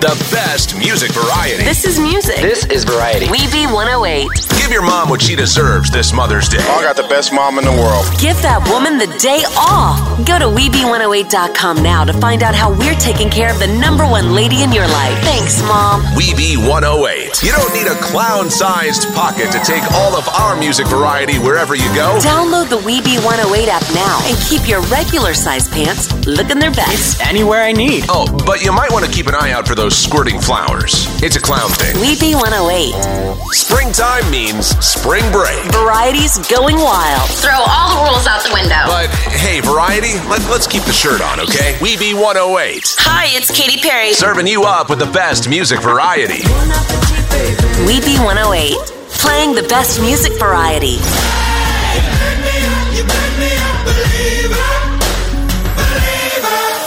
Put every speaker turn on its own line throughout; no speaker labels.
The best music variety.
This is music. oh
This is variety.
We be 108.
Give your mom what she deserves this Mother's Day.
I got the best mom in the world.
Give that woman the day off. Go to WeBe108.com now to find out how we're taking care of the number one lady in your life. Thanks, Mom.
We be 108. You don't need a clown sized pocket to take all of our music variety wherever you go.
Download the WeBe 108 app now and keep your regular size pants looking their best.
Anywhere I need.
Oh, but you might want to keep an eye out for those squirting flowers. It's a clown thing.
WeBe 108.
Springtime means spring break.
Variety's going wild.
Throw all the rules out the window.
But hey, variety, let, let's keep the shirt on, okay? We be 108.
Hi, it's Katy Perry.
Serving you up with the best music variety.
WeBe 108. Playing the best music variety.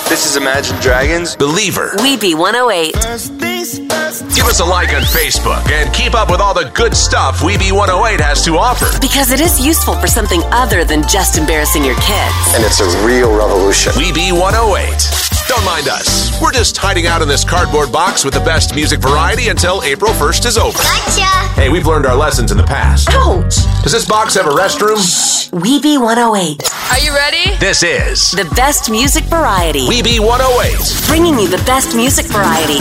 This is Imagine Dragons.
Believer.
WeBe 108.
Give us a like on Facebook and keep up with all the good stuff We Be 108 has to offer.
Because it is useful for something other than just embarrassing your kids.
And it's a real revolution.
We Be 108. Don't mind us. We're just hiding out in this cardboard box with the best music variety until April 1st is over.
Gotcha.
Hey, we've learned our lessons in the past.
Ouch!
Does this box have a restroom?
WeBe 108.
Are you ready?
This is
The best music variety.
We oh Be 108.
Bringing you the best music variety.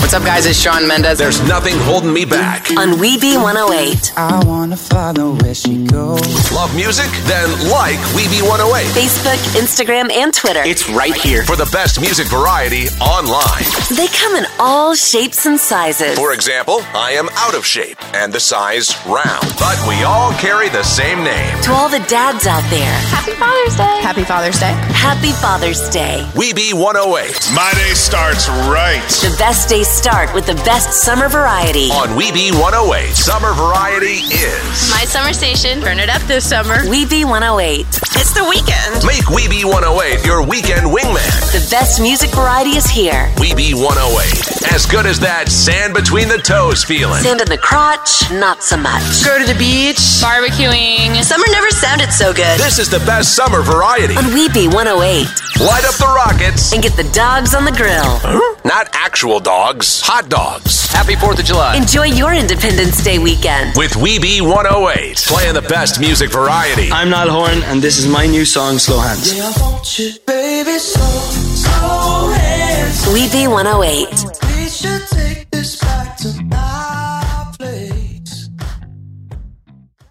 What's up, guys? It's Sean Mendez.
There's nothing holding me back.
on oh WeBe 108,
I wanna follow where she goes.
Love music? Then like We Be 108
Facebook, Instagram, and Twitter.
It's right here.
for the best music variety online.
They come in all shapes and sizes.
For example, I am out of shape and the size round, but we all carry the same name.
To all the dads out there,
Happy Father's Day.
Happy Father's Day.
happy Father's Day.
We be 108
My day starts right.
The best days start with the best summer variety.
on We Be 108. Summer variety is.
My summer station. Turn it up.
This summer.
WeBe 108.
It's the weekend.
Make We Be 108 your weekend wingman.
The best music variety is here.
We Be 108. As good as that sand between the toes feeling.
Sand in the crotch, not so much.
Go to the beach.
Barbecuing.
Summer never sounded so good.
This is the best summer variety.
On WeBe 108
Light up the rockets.
and get the dogs on the grill.
Not actual dogs, hot dogs.
Happy 4th of July.
Enjoy your Independence Day weekend.
With We Be 108. Playing the best music variety.
I'm Niall Horn, and this is my new song, Slow Hands.
I want you, baby, so slow hands.
oh WeBe 108.